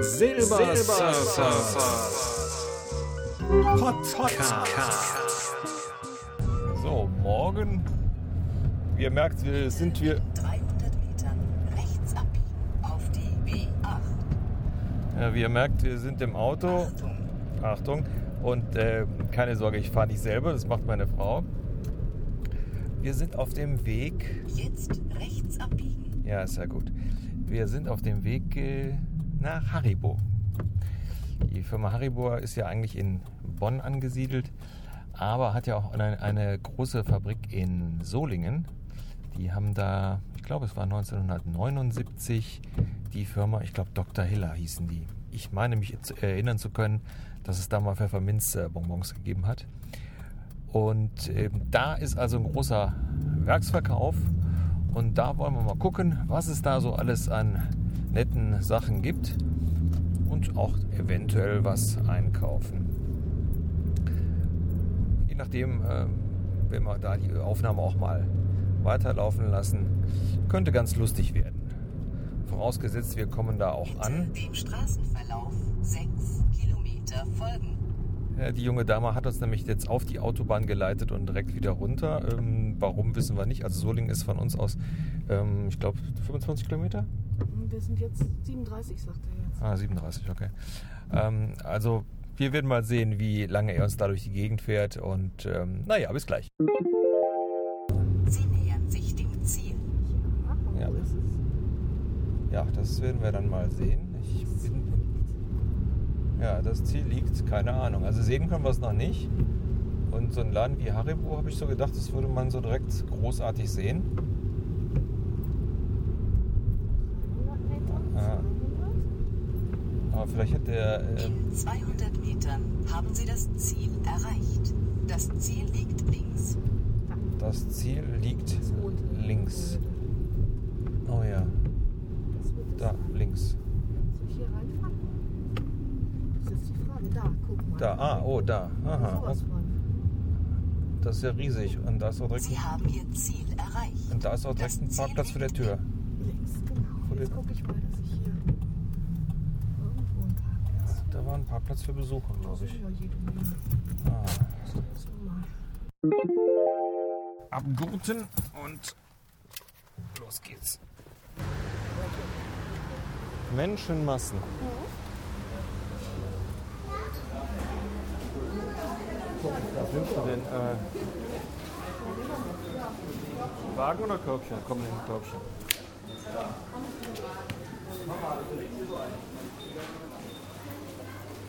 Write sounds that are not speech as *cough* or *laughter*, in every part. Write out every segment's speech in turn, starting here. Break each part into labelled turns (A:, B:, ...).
A: Silber, Surfer. Podcast.
B: So, morgen, wie ihr merkt, wir- sind wir
C: 300 Metern rechts abbiegen auf die B8.
B: Ja, wie ihr merkt, wir sind im Auto. Achtung. Und äh, keine Sorge, ich fahre nicht selber, das macht meine Frau. Wir sind auf dem Weg.
C: Jetzt rechts abbiegen.
B: Ja, ist ja gut. Wir sind auf dem Weg äh, nach Haribo. Die Firma Haribo ist ja eigentlich in Bonn angesiedelt, aber hat ja auch eine, eine große Fabrik in Solingen. Die haben da, ich glaube, es war 1979, die Firma, ich glaube, Dr. Hiller hießen die. Ich meine mich zu- erinnern zu können, dass es da mal Pfefferminzbonbons gegeben hat. Und ähm, da ist also ein großer Werksverkauf. Und da wollen wir mal gucken, was es da so alles an netten Sachen gibt. Und auch eventuell was einkaufen. Je nachdem, äh, wenn wir da die Aufnahme auch mal weiterlaufen lassen, könnte ganz lustig werden. Vorausgesetzt, wir kommen da auch
C: Bitte
B: an.
C: dem Straßenverlauf 6 Kilometer folgen.
B: Ja, Äh, die junge Dame hat uns nämlich jetzt auf die Autobahn geleitet und direkt wieder runter. Ähm, warum wissen wir nicht? Also Solingen ist von uns aus, ähm, ich glaube, 25 Kilometer?
D: Wir sind jetzt 37, sagt er jetzt.
B: Ah, 37, okay. Ähm, also wir werden mal sehen, wie lange er uns da durch die Gegend fährt. Und ähm, naja, bis gleich.
C: Sie nähern sich dem Ziel.
D: Ja,
B: Ja.
D: wo ist es?
B: Ja, das werden wir dann mal sehen. Ich bin, ja, das Ziel liegt, keine Ahnung. Also sehen können wir es noch nicht. Und so ein Laden wie Haribo habe ich so gedacht, das würde man so direkt großartig sehen. Ah. Aber vielleicht hätte er. Ähm,
C: In 200 Metern haben Sie das Ziel erreicht. Das Ziel liegt links.
B: das Ziel liegt
D: Das rote.
B: links. Oh ja,
D: Das wird es
B: da,
D: sein.
B: links.
D: Soll ich hier reinfahren? Das ist jetzt die Frage. Da, guck mal.
B: Da, ah, oh, da. Aha,
D: Sowas von.
B: das ist ja riesig. Und da ist auch direkt,
C: Sie haben Ihr Ziel erreicht.
B: und da ist auch direkt
C: Das
B: ein
C: Ziel
B: Parkplatz vor der
C: liegt
B: Tür.
D: Links, genau.
B: Vor
D: Jetzt
B: dem-
D: gucke ich mal, dass ich hier irgendwo einen Parkplatz
B: Da war ein Parkplatz für Besucher, glaube
E: Mhm.
B: ich.
D: Ja, jede Menge.
B: Ah.
D: So mal.
B: Abgurten und los geht's. Menschenmassen. Was nimmst du denn? Äh, Wagen oder Körbchen? Komm, nimm Körbchen.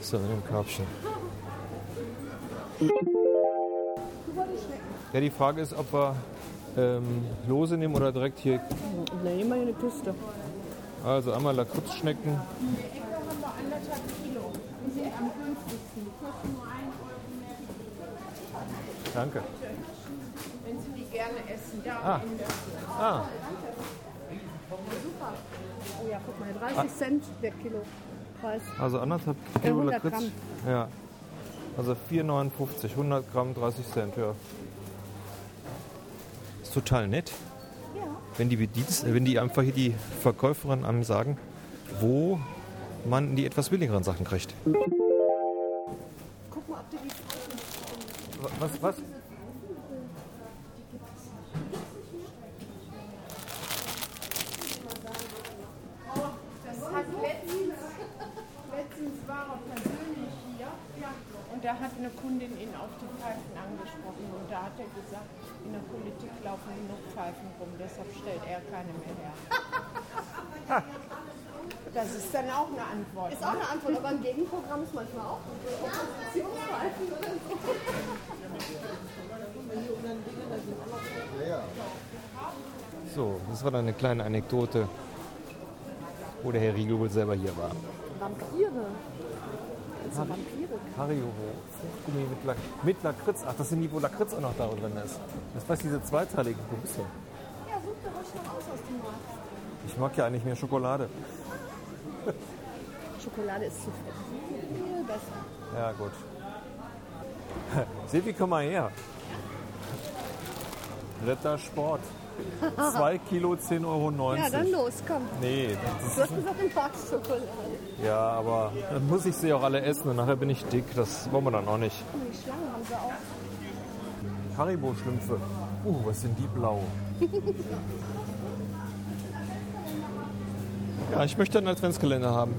B: So, nimm Körbchen. Ja, die Frage ist, ob wir ähm, Lose nehmen oder direkt hier.
D: Na, immer eine Küste.
B: Also einmal Lakritzschnecken. Danke.
F: Wenn Sie die gerne essen, ja.
B: Ah. Ah,
F: Oh ja, guck mal,
B: Ah.
F: 30 Cent der Kilo Preis.
B: also anderthalb
F: Ja,
B: Kilo
F: 100
B: Lakritz.
F: Gramm.
B: Ja. Also 4,59, 100 Gramm, 30 Cent, ja. Ist total nett. Wenn die, Bedienst, wenn die einfach hier die Verkäuferin einem sagen, wo man die etwas billigeren Sachen kriegt.
D: Guck mal, ob du die
B: Was, was?
F: Das hat letztens, letztens war er persönlich hier ja. und da hat eine Kundin ihn auf die Pfeifen angesprochen und da hat er gesagt, in der Politik laufen genug Pfeifen rum, deshalb stellt er keine mehr her. Das ist dann auch eine Antwort. ne?
E: Ist auch eine Antwort, aber ein Gegenprogramm ist manchmal auch gut. Oppositionsverhalten oder so.
B: So, das war dann eine kleine Anekdote, wo der Herr Riegel wohl selber hier war.
E: Vampire. Also Vampire.
B: Haribo, Fruchtgummi mit, Lak mit Lakritz. Ach, das sind die, wo Lakritz auch noch da drin ist. Das ist fast diese zweiteilige Kubisse.
E: Ja, such dir ruhig noch aus aus dem Markt.
B: Ich mag ja eigentlich mehr Schokolade.
E: Schokolade ist zu fett. Viel besser.
B: Ja, gut. *laughs*
E: *laughs*
B: Seht, wie komm mal her. Rittersport. 2 Kilo 10,90 Euro.
E: Ja, dann los, *laughs* komm.
B: Nee, das,
E: Du hast gesagt, den Parkschokolade.
B: ja, aber dann muss ich sie auch alle essen und nachher bin ich dick. Das wollen wir dann auch nicht.
E: Oh, die Schlangen haben sie auch.
B: Haribo-Schlümpfe. Uh, was sind die blau? ja, ich möchte einen Adventskalender haben.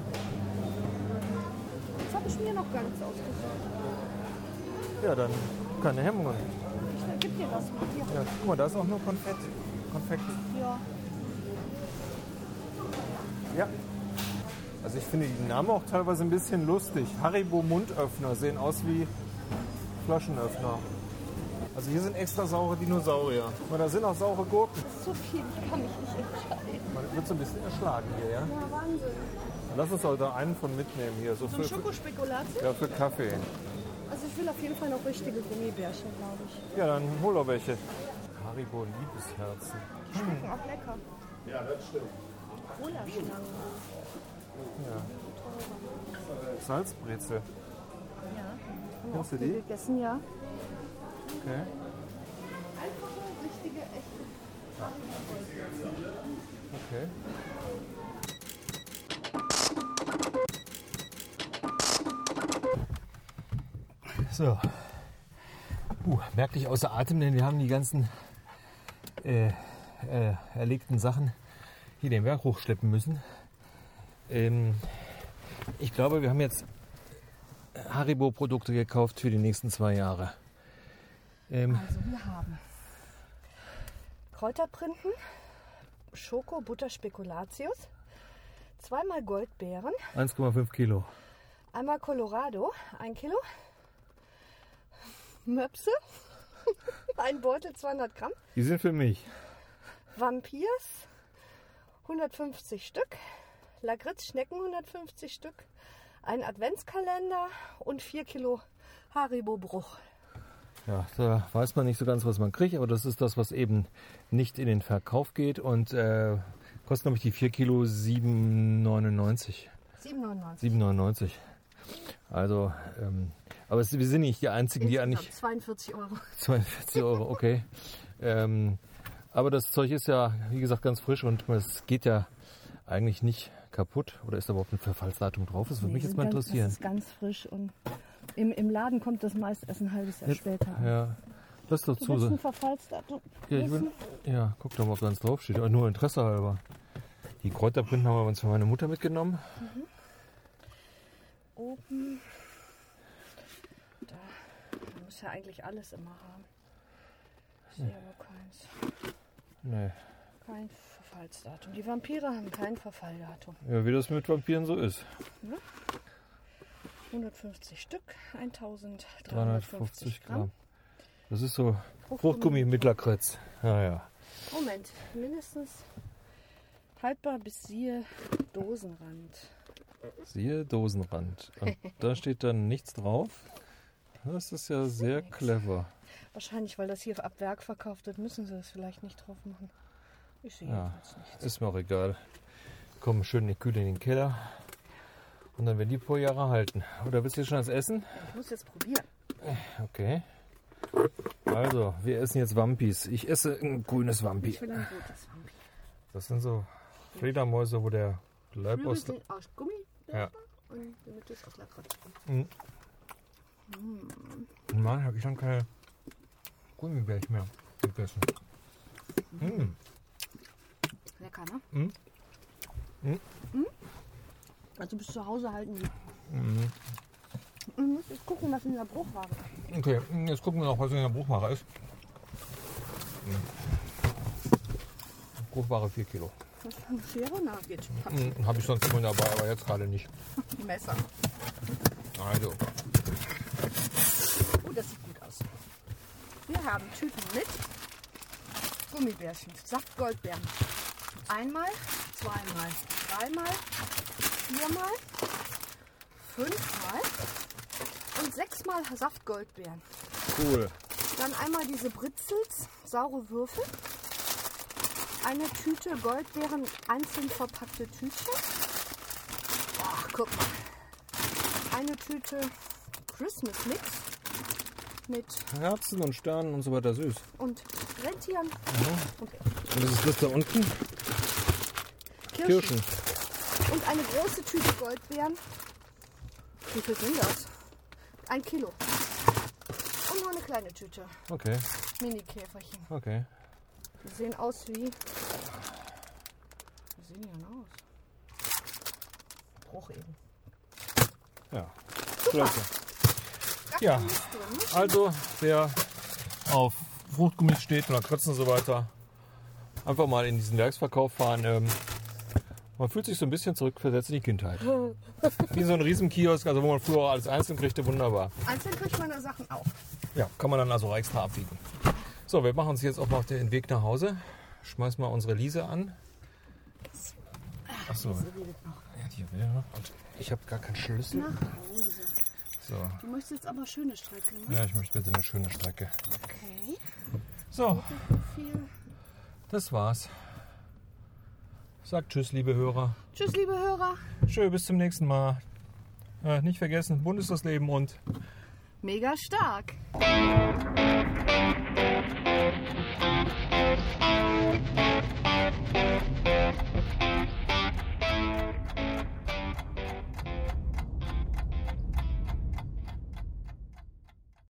E: Das habe ich mir noch gar nichts ausgesucht.
B: Ja, dann keine Hemmungen.
E: Ich gebe dir was mit. Hier.
B: Ja, guck mal, da ist auch nur Konfett. Konfekt.
E: Ja.
B: Ja. Also ich finde die Namen auch teilweise ein bisschen lustig. Haribo Mundöffner sehen aus wie Flaschenöffner. Also hier sind extra saure Dinosaurier. Guck mal, da sind auch saure Gurken.
E: So viel, ich kann mich nicht entscheiden.
B: Man wird so ein bisschen erschlagen hier, ja?
E: Ja, Wahnsinn.
B: Lass uns heute einen von mitnehmen hier. So für, für,
E: Schokospekulatius?
B: ja, für Kaffee.
E: Also ich will auf jeden Fall noch richtige Gummibärchen, glaube ich.
B: Ja, dann hol doch welche. Haribo Liebesherzen.
E: Auch lecker. Ja, das stimmt. Cola-Schlangen.
B: Salzbrezel.
E: Ja. Haben
B: Kennst du
E: wir
B: die?
E: gegessen, ja.
B: Okay.
E: Richtige, echte.
B: Okay. So. Puh, merklich außer Atem, denn wir haben die ganzen äh, äh, erlegten Sachen hier den Berg hochschleppen müssen. Ähm, ich glaube, wir haben jetzt Haribo-Produkte gekauft für die nächsten zwei Jahre. Ähm,
E: Also wir haben Kräuterprinten, Schoko, Butter, Spekulatius, zweimal Goldbeeren,
B: 1,5 Kilo.
E: einmal Colorado, ein Kilo, Möpse, *laughs* ein Beutel 200 Gramm,
B: Die sind für mich.
E: Vampirs 150 Stück, Lagritz-Schnecken 150 Stück, ein Adventskalender und 4 Kilo Haribo-Bruch.
B: Ja, da weiß man nicht so ganz, was man kriegt, aber das ist das, was eben nicht in den Verkauf geht und äh, kostet nämlich die 4 Kilo 7,99.
E: 7,99.
B: 7,99. Also, ähm, aber es, wir sind nicht die Einzigen, die
E: Insgesamt
B: eigentlich
E: 42 Euro.
B: *laughs* 42 Euro, okay. ähm, aber das Zeug ist ja, wie gesagt, ganz frisch und es geht ja eigentlich nicht kaputt. Oder ist da überhaupt ein Verfallsdatum drauf? Das würde mich jetzt mal interessieren.
E: Das ist ganz frisch und im, im Laden kommt das meist erst ein halbes Jahr später.
B: Ja, lass doch
E: Du
B: zu.
E: willst ein Verfallsdatum.
B: Ja, ich
E: wissen?
B: bin, ja, guck doch mal, ob da eins draufsteht. Aber nur Interesse halber. Die Kräuterprinten haben wir uns von meiner Mutter mitgenommen.
E: Open. Da. Man muss ja eigentlich alles immer haben. Ich sehe aber keins.
B: Nee.
E: Kein Verfallsdatum. Die Vampire haben kein Verfalldatum.
B: Ja, wie das mit Vampiren so ist.
E: 150 Stück, 1350
B: 350
E: Gramm.
B: Gramm. Das ist so Fruchtgummi mit Lakritz. Ja, ja.
E: Moment, mindestens haltbar bis siehe Dosenrand.
B: Siehe Dosenrand.
E: *laughs*
B: Und da steht dann nichts drauf. Das ist ja sehr clever.
E: Wahrscheinlich, weil das hier ab Werk verkauft wird, müssen sie das vielleicht nicht drauf machen. Ich sehe
B: Ja.
E: jetzt nichts.
B: Ist mir auch egal. Kommen schön die Kühle in den Keller. Und dann werden die paar Jahre halten. Oder willst du jetzt schon das Essen?
E: Ich muss jetzt probieren.
B: Okay. Also, wir essen jetzt Wampis. Ich esse ein grünes Wampi.
E: Ich will ein rotes Vampir.
B: Das sind so Fledermäuse, wo der Leib aus.
E: Flügel sind aus Gummi
B: Ja.
E: und damit ist aus Lakritz.
B: Mann, habe ich schon keine Gummibärchen mehr gegessen. Hm,
E: Lecker, ne?
B: Mhm. Mhm.
E: Mhm. Also bis zu Hause halten die.
B: Mhm.
E: Ich muss jetzt gucken, was in der Bruchware ist.
B: Okay, Hm, jetzt gucken wir noch, was in der Bruchmacher ist. Bruchbare 4 Kilo.
E: Was für eine Schere nachgeht.
B: *laughs* Habe ich sonst immer dabei, aber jetzt gerade nicht.
E: Die Messer.
B: Also,
E: Oh, das sieht gut aus. Wir haben Tüten mit Gummibärchen, Saft Goldbeeren. Einmal, zweimal, dreimal, viermal, fünfmal und sechsmal Saft Goldbeeren.
B: cool.
E: Dann einmal diese Britzels, saure Würfel. Eine Tüte Goldbeeren, einzeln verpackte Tütchen. Ach, guck mal. Eine Tüte Christmas Mix mit
B: Herzen und Sternen und so weiter süß.
E: und Rentieren.
B: Und das ist das da unten?
E: Kirschen.
B: Kirschen.
E: Und eine große Tüte Goldbeeren. Wie viel sind das? Ein Kilo. Und nur eine kleine Tüte.
B: Okay,
E: Mini-Käferchen.
B: okay.
E: Die sehen aus wie. Wie sehen die denn aus? Bruch eben.
B: Ja. Klasse.
E: Gar
B: Ja.
E: kein Mist drin.
B: Also, wer auf Fruchtgummis steht oder Kratzen und so weiter, einfach mal in diesen Werksverkauf fahren. Ähm, man fühlt sich so ein bisschen zurückversetzt in die *laughs* Kindheit. Wie so ein Riesenkiosk, also wo man früher auch alles einzeln kriegte, wunderbar.
E: Einzeln kriegt man da Sachen auch.
B: Ja, kann man dann also auch extra abbiegen. So, wir machen uns jetzt auch mal auf den Weg nach Hause. Schmeiß mal unsere Lise an. Achso. Ja, die redet noch. Und ich habe gar keinen Schlüssel.
E: ne?
B: So,
D: Du möchtest jetzt aber schöne Strecke, ne?
B: ja, ich möchte bitte eine schöne Strecke.
D: Okay.
B: So,
D: Viel.
B: das war's. Sagt Tschüss, liebe Hörer.
D: Tschüss, liebe Hörer.
B: Tschö, bis zum nächsten Mal. Äh, nicht vergessen, bunt ist das Leben und
E: Mega stark.